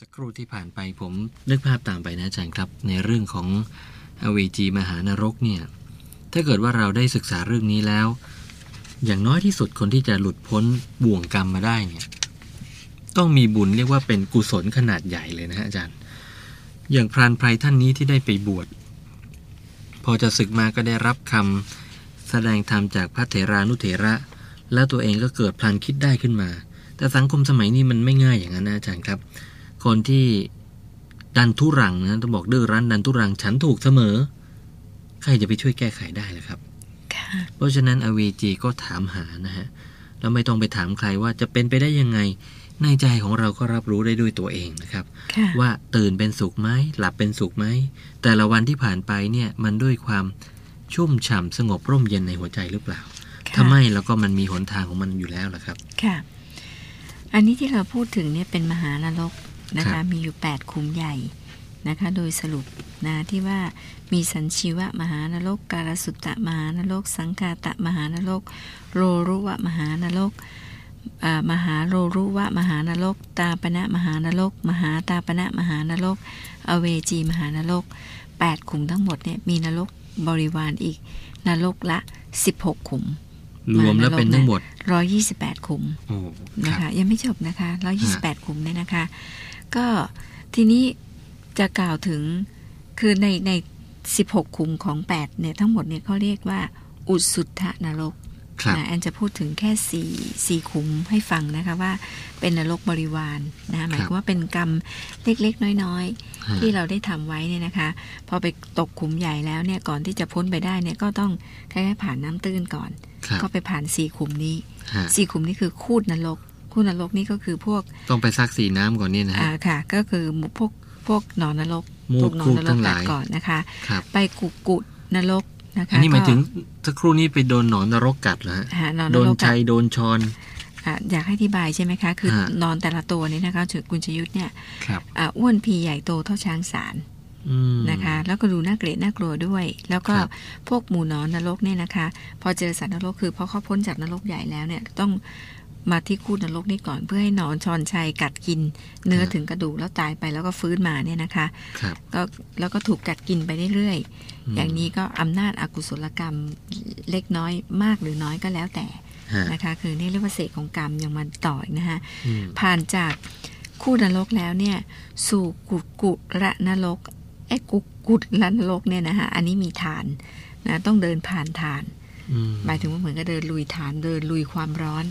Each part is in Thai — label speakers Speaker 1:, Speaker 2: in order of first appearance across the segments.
Speaker 1: สักครู่ที่ผ่านไปผมนึกภาพตามไปนะอาจารย์ครับ ในเรื่องของอเวจีมหานรกเนี่ย ถ้าเกิดว่าเราได้ศึกษาเรื่องนี้แล้ว อย่างน้อยที่สุดคนที่จะหลุดพ้นบ่วงกรรมมาได้เนี่ย ต้องมีบุญเรียกว่าเป็นกุศลขนาดใหญ่เลยนะฮะอาจารย์ อย่างพรานไพรท่านนี้ที่ได้ไปบวชพอจะศึกมาก็ได้รับคำแสดงธรรมจากพระเถรานุเถระ แล้วตัวเองก็เกิดพลันคิดได้ขึ้นมา แต่สังคมสมัยนี้มันไม่ง่ายอย่างนั้นนะอาจารย์ครับ คนที่ดันทุรังนะต้องบอกดื้อรั้นดันทุรังฉันถูกเสมอ ใครจะไปช่วยแก้ไขได้ล่ะครับ
Speaker 2: ค่ะ
Speaker 1: เพราะฉะนั้นอเวจีก็ถามหานะฮะแล้วไม่ต้องไปถามใครว่าจะเป็นไปได้ยังไง ในใจของเราก็รับรู้ได้ด้วยตัวเองนะครับ
Speaker 2: ค่ะ
Speaker 1: ว่าตื่นเป็นสุขไหมหลับเป็นสุขไหม แต่ละวันที่ผ่านไปเนี่ยมันด้วยความชุ่มฉ่ำสงบร่มเย็นในหัวใจหรือเปล่า
Speaker 2: ค่ะ
Speaker 1: ถ้าไม่แล้วก็มันมีหนทางของมันอยู่แล้วล่ะครับ
Speaker 2: ค่ะ อันนี้ที่เราพูดถึงเนี่ยเป็นมหานรกนะ
Speaker 1: ครั
Speaker 2: คะ
Speaker 1: บ
Speaker 2: มีอยู่ 8 คุมใหญ่นะคะ โดยสรุปนะที่ว่ามีสัญชีวะมหานรก การสุตตะมหานรก สังคาตะมหานรก โรรุวะมหานรกเอ่อมหาโรรุวะมหานรก ตาปณะมหานรก มหาตาปณะมหานรก อเวจีมหานรก 8 ขุมทั้งหมดเนี่ยมีนรกบริวารอีกนรกละ 16 ขุม
Speaker 1: รวมแล้วเป็นทั้งหมด
Speaker 2: 128 ขุม
Speaker 1: โอ้
Speaker 2: นะ
Speaker 1: รับ
Speaker 2: คะยังไม่จบนะคะ128กลุ่มเนี่ยนะคะ ก็ทีนี้จะกล่าวถึงคือในใน 16คุมของ 8 เนี่ย ทั้งหมดเนี่ยเขาเรียกว่า อุสุทธนรก
Speaker 1: ครับ
Speaker 2: นะแอนจะพูดถึงแค่สี่สี่คุมให้ฟังนะคะว่าเป็นนรกบริวารนะหมาย
Speaker 1: ครับ
Speaker 2: ความว่าเป็นกรรมเล็กๆ น้อย
Speaker 1: ฮะ
Speaker 2: ๆ ที่เราได้ทำไว้เนี่ยนะคะ พอไปตกขุมใหญ่แล้วเนี่ยก่อนที่จะพ้นไปได้เนี่ยก็ต้องคล้ายๆผ่านน้ำตื้นก่อน
Speaker 1: ครับ
Speaker 2: ก็ไปผ่านสี่ขุมนี้
Speaker 1: ฮะ
Speaker 2: สี่ขุมนี่คือคูดนรก คูดนรกนี่ก็คือพวก
Speaker 1: ต้องไปซักสีน้ำก่อนเนี่ยนะ
Speaker 2: อ่า
Speaker 1: ฮะ
Speaker 2: ค่ะ ก็คือหมู่พวกพวกหนอนนรก
Speaker 1: มู
Speaker 2: พว
Speaker 1: ด
Speaker 2: กหนอน
Speaker 1: คูด
Speaker 2: นรก
Speaker 1: ทั้งห
Speaker 2: กั
Speaker 1: ลา
Speaker 2: ด
Speaker 1: ย
Speaker 2: ก่อนนะคะ
Speaker 1: ครับ
Speaker 2: ไปกุกุนรกนะคะ
Speaker 1: อันนี้หมาย
Speaker 2: ก็
Speaker 1: ถึงสักครู่นี้ไปโดนหนอนนรกกัดเหรอฮะ
Speaker 2: อ่าหนอนน
Speaker 1: โดน
Speaker 2: รกกั
Speaker 1: ชั
Speaker 2: ด
Speaker 1: ยโดนชอน
Speaker 2: อ่าอยากให้อธิบายใช่ไหมคะ คือ
Speaker 1: ฮะ
Speaker 2: นอนแต่ละตัวนี่นะคะถึงคุณชยุทธ์เนี่ย
Speaker 1: ครับ
Speaker 2: อ่าอ้วนพีใหญ่โตเท่าช้างสาร
Speaker 1: อืม
Speaker 2: นะคะ แล้วก็ดูน่าเกลียดน่ากลัวด้วย แล้วก็
Speaker 1: ครับ
Speaker 2: พวกหมู่หนอนนรกเนี่ยนะคะ พอเจอสัตว์นรกคือพอเขาพ้นจากนรกใหญ่แล้วเนี่ยต้องมาที่คูดนรกนี่ก่อนเพื่อให้หนอนชอนชัยกัดกิน เนื้อถึงกระดูกแล้วตายไปแล้วก็ฟื้นมาเนี่ยนะคะ
Speaker 1: ครับ
Speaker 2: ก็แล้วก็ถูกกัดกินไปเรื่อย
Speaker 1: ม
Speaker 2: ๆ อย่างนี้ก็อำนาจอากุศลกรรมเล็กน้อยมากหรือน้อยก็แล้วแต่
Speaker 1: ฮะ
Speaker 2: นะคะ คือนี่เรียกว่าเศษของกรรมยังมาต่ออีกนะคะ
Speaker 1: อืม
Speaker 2: ผ่านจากคู่นรกแล้วเนี่ยสู่กุดกุระนรกไอ้กุกุระนรกเนี่ยนะคะอันนี้มีฐานนะต้องเดินผ่านฐาน
Speaker 1: อื
Speaker 2: หมายถึงว่าเหมือนกับเดินลุยฐานเดินลุยความร้อน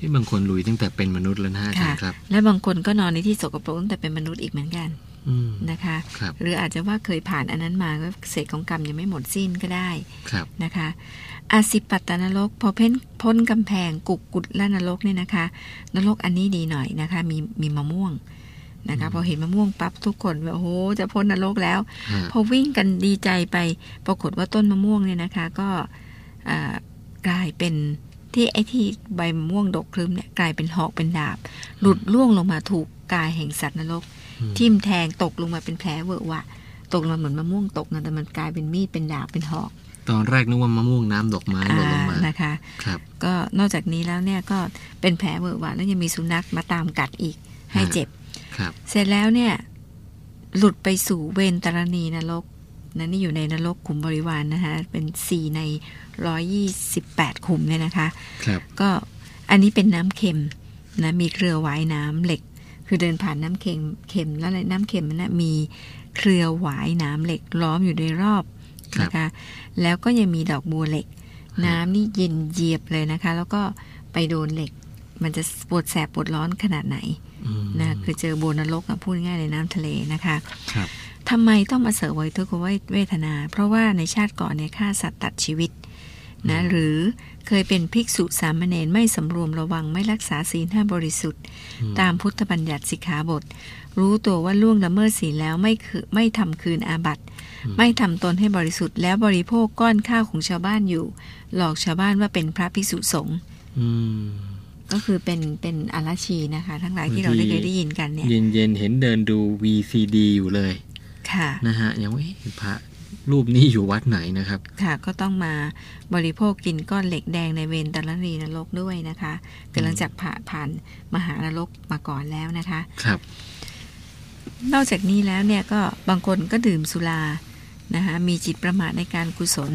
Speaker 1: ที่บางคนลุยตั้งแต่เป็นมนุษย์แล้วนะฮะอาจารย์ครับ
Speaker 2: และบางคนก็นอนในที่สกปรกตั้งแต่เป็นมนุษย์อีกเหมือนกัน
Speaker 1: อืม
Speaker 2: นะคะ
Speaker 1: ครับ
Speaker 2: หรืออาจจะว่าเคยผ่านอันนั้นมาก็เศษของกรรมยังไม่หมดสิ้นก็ได้
Speaker 1: ครับ
Speaker 2: นะคะ อาสิปัตตนรก พอเพ้นพ้นกำแพงกุกกุดละนรกเนี่ยนะคะ นรกอันนี้ดีหน่อยนะคะ มีมีมะม่วงนะคะ พอเห็นมะม่วงปั๊บทุกคนแบบโอ้โหจะพ้นนรกแล้ว
Speaker 1: ฮะ
Speaker 2: พอวิ่งกันดีใจไป ปรากฏว่าต้นมะม่วงเนี่ยนะคะ ก็อ่ากลายเป็นที่ไอ้ที่ใบมะม่วงดกครึ้มเนี่ยกลายเป็นหอกเป็นดาบ หลุดล่วงลงมาถูกกายแห่งสัตว์นรก
Speaker 1: อืม
Speaker 2: ทิ่มแทงตกลงมาเป็นแผลเวอะหวะ ตกลงมาเหมือนมะม่วงตกนะแต่มันกลายเป็นมีดเป็นดาบเป็นหอก
Speaker 1: ตอนแรกนึกว่ามะม่วงน้ำดอกไม้หล่นลงมา
Speaker 2: อ่านะคะ
Speaker 1: ครับ
Speaker 2: ก็นอกจากนี้แล้วเนี่ยก็เป็นแผลเวอะหวะแล้วยังมีสุนัขมาตามกัดอีกให้
Speaker 1: อ่า
Speaker 2: เจ็บ
Speaker 1: ครับ
Speaker 2: เสร็จแล้วเนี่ย หลุดไปสู่เวนตรณีนรกนะนี่อยู่ในนรกขุมบริวารนนะคะเป็นสี่ในร้อยยี่สิบแปดขุมเนี่ยนะคะ
Speaker 1: ครับ
Speaker 2: ก็อันนี้เป็นน้ำเค็มนะมีเครือหวายน้ำเหล็ก คือเดินผ่านน้ำเค็มเค็มแล้วในน้ำเค็มนั้นนะมีเครือหวายน้ำเหล็กล้อมอยู่โดยรอบ
Speaker 1: ครับ
Speaker 2: นะคะ แล้วก็ยังมีดอกบัวเหล็ก
Speaker 1: ม
Speaker 2: น้ำนี่เย็นเยียบเลยนะคะ แล้วก็ไปโดนเหล็ก มันจะปวดแสบปวดร้อนขนาดไหน
Speaker 1: อืม
Speaker 2: นะคือเจอโบนรกอะพูดง่ายๆในน้ำทะเลนะคะ
Speaker 1: ครับ
Speaker 2: ทำไมต้องมาเสวยทุกขเวทนา เพราะว่าในชาติก่อนเนี่ยฆ่าสัตว์ตัดชีวิตนะ
Speaker 1: อืม
Speaker 2: หรือเคยเป็นภิกษุสามเณรไม่สำรวมระวังไม่รักษาศีลห้าบริสุทธิ์
Speaker 1: อืม
Speaker 2: ตามพุทธบัญญัติสิกขาบท รู้ตัวว่าล่วงละเมิดศีลแล้วไม่คือไม่ทำคืนอาบัติ ไม่ทำตนให้บริสุทธิ์แล้วบริโภคก้อนข้าวของชาวบ้านอยู่ หลอกชาวบ้านว่าเป็นพระภิกษุสงฆ์
Speaker 1: อืม
Speaker 2: ก็คือเป็นเป็นอาราชีนะคะ ทั้งหลายที่เราได้เคยได้ยินกันเนี่ย
Speaker 1: เย็นเย็นๆเห็นเดินดู VCD อยู่เลย
Speaker 2: ค่ะ
Speaker 1: นะฮะ ยังว่าเอ๊ะพระรูปนี้อยู่วัดไหนนะครับ
Speaker 2: ค่ะก็ต้องมาบริโภคกินก้อนเหล็กแดงในเวนตรณีนรกด้วยนะคะคือหลังจากผ่าผ่านมหานรกมาก่อนแล้วนะคะ
Speaker 1: ครับ
Speaker 2: นอกจากนี้แล้วเนี่ยก็บางคนก็ดื่มสุรานะคะมีจิตประมาทในการกุศล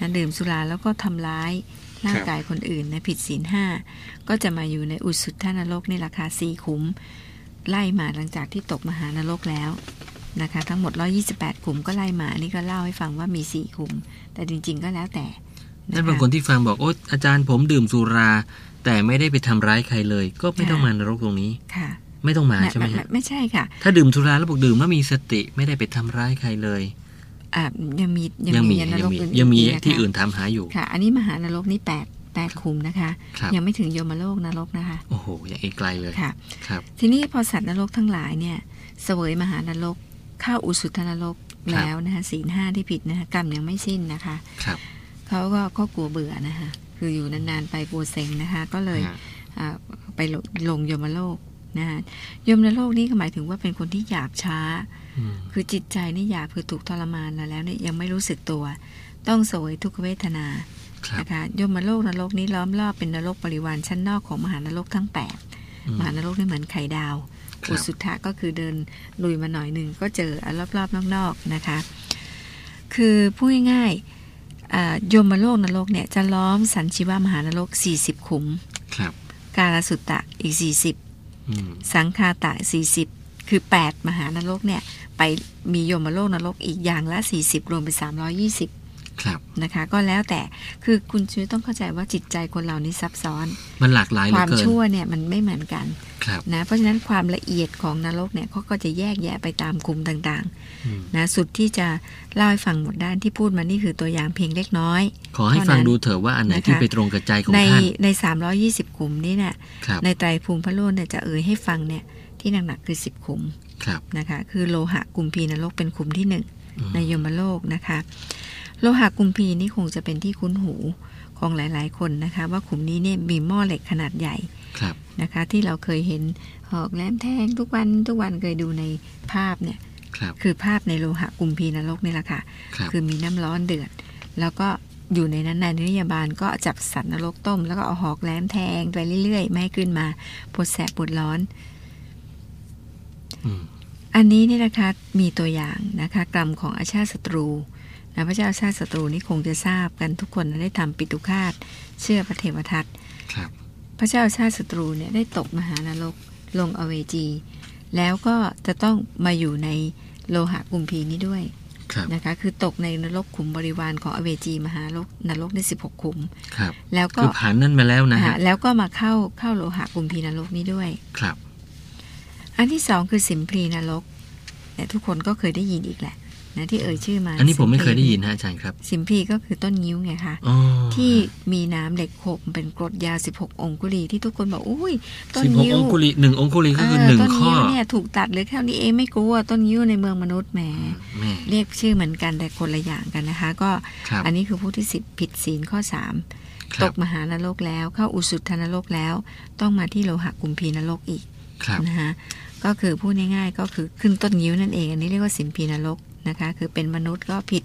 Speaker 2: นะดื่มสุราแล้วก็ทำร้ายร่างกายคนอื่นนะผิดศีลห้าก็จะมาอยู่ในอุสุทธานรกในราคาสี่ขุม ไล่มาหลังจากที่ตกมหานรกแล้วนะคะ ทั้งหมด 128ขุมก็ไล่มาอันนี้ก็เล่าให้ฟังว่ามีสี่ขุม แต่จริง ๆ ก็แล้วแต่ะะ
Speaker 1: นั่นบางคนที่ฟังบอกโอ๊ยอาจารย์ผมดื่มสุรา แต่ไม่ได้ไปทำร้ายใครเลย ก็ไม่
Speaker 2: ค่ะ
Speaker 1: ต้องมานรกตรงนี้
Speaker 2: ค่ะ
Speaker 1: ไม่ต้องมาใช่ไหม
Speaker 2: ไม่
Speaker 1: ฮะ
Speaker 2: ไม่ใช่ค่ะ
Speaker 1: ถ้าดื่มสุราแล้วบอกดื่มแล้วมีสติไม่ได้ไปทำร้ายใครเลย
Speaker 2: อ่ายังมี
Speaker 1: ยั
Speaker 2: น
Speaker 1: ง
Speaker 2: รก
Speaker 1: มี
Speaker 2: อื่น
Speaker 1: ยังมี
Speaker 2: อีกะคะ
Speaker 1: ที่อื่นถามหาอยู่
Speaker 2: ค่ะ อันนี้มหานรกนี่8 8คุมนะคะ
Speaker 1: ครับ
Speaker 2: ยังไม่ถึงโยมโลกนรกนะคะ
Speaker 1: โอ้โหยังอีกไกลเลย
Speaker 2: ค่ะ
Speaker 1: ครับ
Speaker 2: ทีนี้พอสัตว์นรกทั้งหลายเนี่ยเสวยมหานรกเข้าอุสุทธนรก
Speaker 1: ครับ
Speaker 2: แล้วนะคะศีลห้าที่ผิดนะคะกรรมยังไม่สิ้นนะคะ
Speaker 1: ครับ
Speaker 2: เขาก็ก็กลัวเบื่อนะคะคืออยู่นานๆไปกลัวเซ็งนะคะ ก็เลย
Speaker 1: ฮะ
Speaker 2: อ่าไปลงลงโยมโลกนะคะโยมโลกนี่ก็หมายถึงว่าเป็นคนที่หยาบช้า
Speaker 1: อืม
Speaker 2: คือจิตใจนี่อยากคือถูกทรมานมาแล้วเนี่ยยังไม่รู้สึกตัว ต้องเสวยทุกขเวทนา
Speaker 1: ครับ
Speaker 2: นะคะยมโลกนรกนี้ล้อมรอบเป็นนรกบริวารชั้นนอกของมหานรกทั้ง 8
Speaker 1: อืม
Speaker 2: มหานรกนี่เหมือนไข่ดาว
Speaker 1: ครับ
Speaker 2: อุสุทธะก็คือเดินลุยมาหน่อยหนึ่งก็เจออันรอบๆนอกๆนะคะ คือพูดง่ายๆอ่ายมโลกนรกเนี่ยจะล้อมสันชีวามหานรก 40 ขุม
Speaker 1: ครับ
Speaker 2: กาลสุตตะอีก 40
Speaker 1: อืม
Speaker 2: สังคาตะ 40 คือ 8 มหานรกเนี่ย ไปมียมโลกนรกอีกอย่างละ 40 รวมเป็น 320
Speaker 1: ครับ
Speaker 2: นะคะ ก็แล้วแต่คือคุณช่วยต้องเข้าใจว่าจิตใจคนเรานี่ซับซ้อน
Speaker 1: มันหลากหลายเห
Speaker 2: ค
Speaker 1: ลือ
Speaker 2: วาม
Speaker 1: เกิน
Speaker 2: ชั่วเนี่ย มันไม่เหมือนกัน
Speaker 1: ครับ
Speaker 2: นะ เพราะฉะนั้นความละเอียดของนรกเนี่ยเขาก็จะแยกแยะไปตามกลุ่มต่าง
Speaker 1: อืม
Speaker 2: ๆนะสุดที่จะเล่าให้ฟังหมดด้านที่พูดมานี่คือตัวอย่างเพียงเล็กน้อย
Speaker 1: ขอให้ฟังดูเถอะว่าอันไหนที่
Speaker 2: นะคะ
Speaker 1: ไปตรงกับใจของ
Speaker 2: ใน
Speaker 1: ท่าน
Speaker 2: ใน 320กลุ่มนี้เนี่ย
Speaker 1: ครับ
Speaker 2: ในไตรภูมิพระโลกเนี่ยจะเอ่ยให้ฟังเนี่ยที่หนักๆคือ10กลุ่ม
Speaker 1: ครับ
Speaker 2: นะคะคือโลหะกุมพีนรกเป็นขุมที่หนึ่ง
Speaker 1: อืม
Speaker 2: ในยมโลกนะคะโลหะกุมพีนี่คงจะเป็นที่คุ้นหูของหลายๆคนนะคะ ว่าขุมนี้เนี่ยมีหม้อเหล็กขนาดใหญ่
Speaker 1: ครับ
Speaker 2: นะคะ ที่เราเคยเห็นหอกแหลมแทงทุกวันทุกวันเคยดูในภาพเนี่ย
Speaker 1: ครับ
Speaker 2: คือภาพในโลหะกุมพีนรกนี่แหละค่ะ
Speaker 1: ครับ
Speaker 2: คือมีน้ำร้อนเดือด แล้วก็อยู่ในนั้นนายนิยาบาลก็จับสัตว์นรกต้ม แล้วก็เอาหอกแหลมแทงไปเรื่อยๆ ไม่ให้ขึ้นมาปวดแสบปวดร้อน
Speaker 1: อืม
Speaker 2: อันนี้เนี่ยนะคะมีตัวอย่างนะคะกรรมของอาชาติศัตรูนะพระเจ้าอาชาติศัตรูนี่คงจะทราบกันทุกคนได้ทำปิตุฆาตเชื่อพระเทวทัต
Speaker 1: ครับ
Speaker 2: พระเจ้าอาชาติศัตรูเนี่ยได้ตกมหานรกลงอเวจี แล้วก็จะต้องมาอยู่ในโลหะกุมพีนี้ด้วย
Speaker 1: ครับ
Speaker 2: นะคะคือตกในนรกขุมบริวารของอเวจีมหานรกนรกได้16 ขุม
Speaker 1: ครับ
Speaker 2: แล้วก็
Speaker 1: คือผ่านนั่นมาแล้วนะ
Speaker 2: อ่า
Speaker 1: ฮะ
Speaker 2: แล้วก็มาเข้าเข้าโลหะกุมพีนรกนี้ด้วย
Speaker 1: ครับ
Speaker 2: อันที่สองคือสิมพลีนรกเนี่ยทุกคนก็เคยได้ยินอีกแหละนะที่เอ่ยชื่อมา
Speaker 1: อันนี้ผมไม่
Speaker 2: สิพลี
Speaker 1: เคยได้ยินฮะอาจารย์ครับ
Speaker 2: สิมพลีก็คือต้นงิ้วไงคะ
Speaker 1: อ๋อ
Speaker 2: ที่มีน้ำเหล็กขบเป็นกรดยาว 16 องคุลีที่ทุกคนบอกอุ้ยต้น
Speaker 1: สิบหก
Speaker 2: งิ้ว
Speaker 1: องคุลีหนึ่งองคุลีก็คือ
Speaker 2: เออ
Speaker 1: หนึ่ง
Speaker 2: ต้น
Speaker 1: ข้อ
Speaker 2: งิ้วเนี่ยถูกตัดเหรือแค่นี้เองไม่กลัวต้นงิ้วในเมืองมนุษย์แหม
Speaker 1: แม่
Speaker 2: เรียกชื่อเหมือนกันแต่คนละอย่างกันนะคะ ก็
Speaker 1: ครับ
Speaker 2: อันนี้คือผู้ที่สิบผิดศีลข้อสาม
Speaker 1: ค
Speaker 2: ต
Speaker 1: รับ
Speaker 2: กมหานรกแล้วเข้าอุสุทธนรกแล้ว ต้องมาที่โลหะกุมพีนรกอีก
Speaker 1: ครับ
Speaker 2: นะคะก็คือพูดง่ายๆก็คือขึ้นต้นยิ้วนั่นเองอันนี้เรียกว่าสินพีนรกนะคะคือเป็นมนุษย์ก็ผิด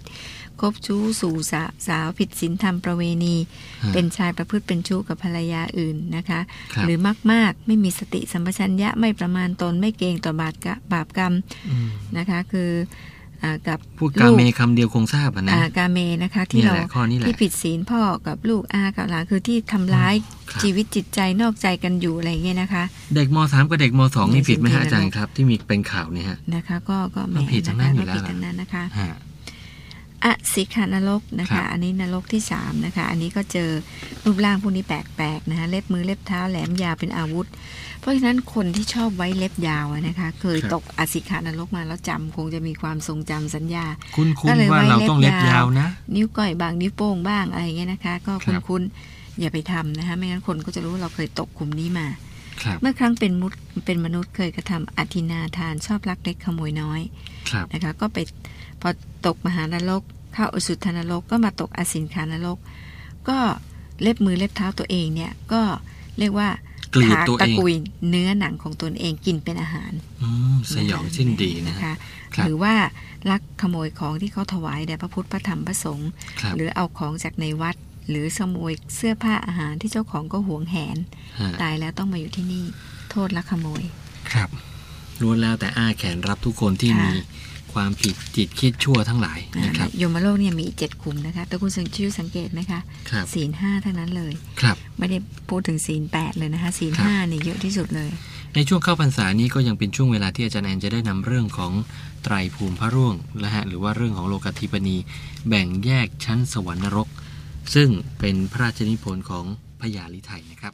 Speaker 2: คบชู้สู่สาสาวผิดศีลธรรมประเวณี
Speaker 1: ฮะ
Speaker 2: เป็นชายประพฤติเป็นชู้กับภรรยาอื่นนะคะ
Speaker 1: ครับ
Speaker 2: หรือมากๆ ไม่มีสติสัมปชัญญะไม่ประมาณตนไม่เกรงต่อบาปกะบาปกรรม
Speaker 1: อืม
Speaker 2: นะคะคืออากับ
Speaker 1: พูดกาเมคำเดียวคงทราบอะนะ
Speaker 2: อากาเมนะคะที่
Speaker 1: นี่
Speaker 2: เรา
Speaker 1: แหละข้อนี้แห
Speaker 2: ที่
Speaker 1: ละ
Speaker 2: ผิดศีลพ่อกับลูกอากับหลานคือที่ทำร้าย
Speaker 1: ครับ
Speaker 2: ชีวิตจิตใจนอกใจกันอยู่อะไรอย่างเงี้ยนะคะ
Speaker 1: เด็กมสามกับเด็กมสองนี่
Speaker 2: ใน
Speaker 1: ผิดไหมฮะอา
Speaker 2: สิ่งที่
Speaker 1: จารย์ครับ ที่มีเป็นข่าวเนี่ยฮะ
Speaker 2: นะคะก็ก็แหม
Speaker 1: มันผิดทั้งนั้
Speaker 2: คะ
Speaker 1: นอยู่
Speaker 2: ก็
Speaker 1: แล้ว
Speaker 2: ผิด
Speaker 1: ล่ะ
Speaker 2: ทั้งนั้นนะคะ
Speaker 1: ฮะ
Speaker 2: อสิขานรกนะ
Speaker 1: ครั
Speaker 2: คะ
Speaker 1: บ
Speaker 2: อันนี้นรกที่สามนะคะ อันนี้ก็เจอรูปร่างพวกนี้แปลกๆนะคะเล็บมือเล็บเท้าแหลมยาวเป็นอาวุธ เพราะฉะนั้นคนที่ชอบไว้เล็บยาวอะนะคะ เคยตกอสิขานรกมาแล้วจำคงจะมีความทรงจำสัญญา
Speaker 1: คุ้น
Speaker 2: ก็
Speaker 1: คุ้น
Speaker 2: เลย
Speaker 1: ว่า
Speaker 2: ไว้
Speaker 1: เรา
Speaker 2: เล็บ
Speaker 1: ต้องเล็บ
Speaker 2: ยาย
Speaker 1: าว วนะ
Speaker 2: นิ้วก้อยบางนิ้วโป้งบ้างอะไรอย่างเงี้ยนะคะ ก็
Speaker 1: ครับ
Speaker 2: คุ้นๆอย่าไปทำนะคะ ไม่งั้นคนก็จะรู้ว่าเราเคยตกกลุ่มนี้มา
Speaker 1: ครับ
Speaker 2: เมื่อครั้งเป็นมุษย์เป็นมนุษย์เคยกระทำอธินาทานชอบลักเล็กขโมยน้อย
Speaker 1: ครับ
Speaker 2: นะคะก็ไปพอตกมหานรกเข้าอสุทธนรกก็มาตกอสินคานรก ก็เล็บมือเล็บเท้าตัวเองเนี่ยก็เรียกว่าก
Speaker 1: รีดตัว
Speaker 2: ตะ
Speaker 1: เอง
Speaker 2: กุยเนื้อหนังของตนเองกินเป็นอาหาร
Speaker 1: อืมสยองสิ้นดีนะฮะ ครับ
Speaker 2: หรือว่าลักขโมยของที่เขาถวายแด่พระพุทธพระธรรมพระสงฆ์
Speaker 1: ครับ
Speaker 2: หรือเอาของจากในวัด หรือขโมยเสื้อผ้าอาหารที่เจ้าของก็หวงแหน
Speaker 1: ฮะ
Speaker 2: ตายแล้วต้องมาอยู่ที่นี่ โทษลักขโมย
Speaker 1: ครับ ล้วนแล้วแต่อ้าแขนรับทุกคนที่
Speaker 2: ค่ะ
Speaker 1: มีความผิดจิตคิดชั่วทั้งหลาย
Speaker 2: อ่า
Speaker 1: นะครับ
Speaker 2: ยมโลกเนี่ยมีอีกเจ็ดขุมนะคะแต่คุณสังชิวสังเกตไหมคะ
Speaker 1: ครับ
Speaker 2: ศีลห้าทั้งนั้นเลย
Speaker 1: ครับ
Speaker 2: ไม่ได้พูดถึงศีลแปดเลยนะคะศีล
Speaker 1: ครับ
Speaker 2: ห้าเนี่ยเยอะที่สุดเลย
Speaker 1: ในช่วงเข้าพรรษานี้ก็ยังเป็นช่วงเวลาที่อาจารย์แอนจะได้นำเรื่องของไตรภูมิพระร่วงนะฮะหรือว่าเรื่องของโลกธิปนี แบ่งแยกชั้นสวรรค์นรก ซึ่งเป็นพระราชนิพนธ์ของพญาลิไทยนะครับ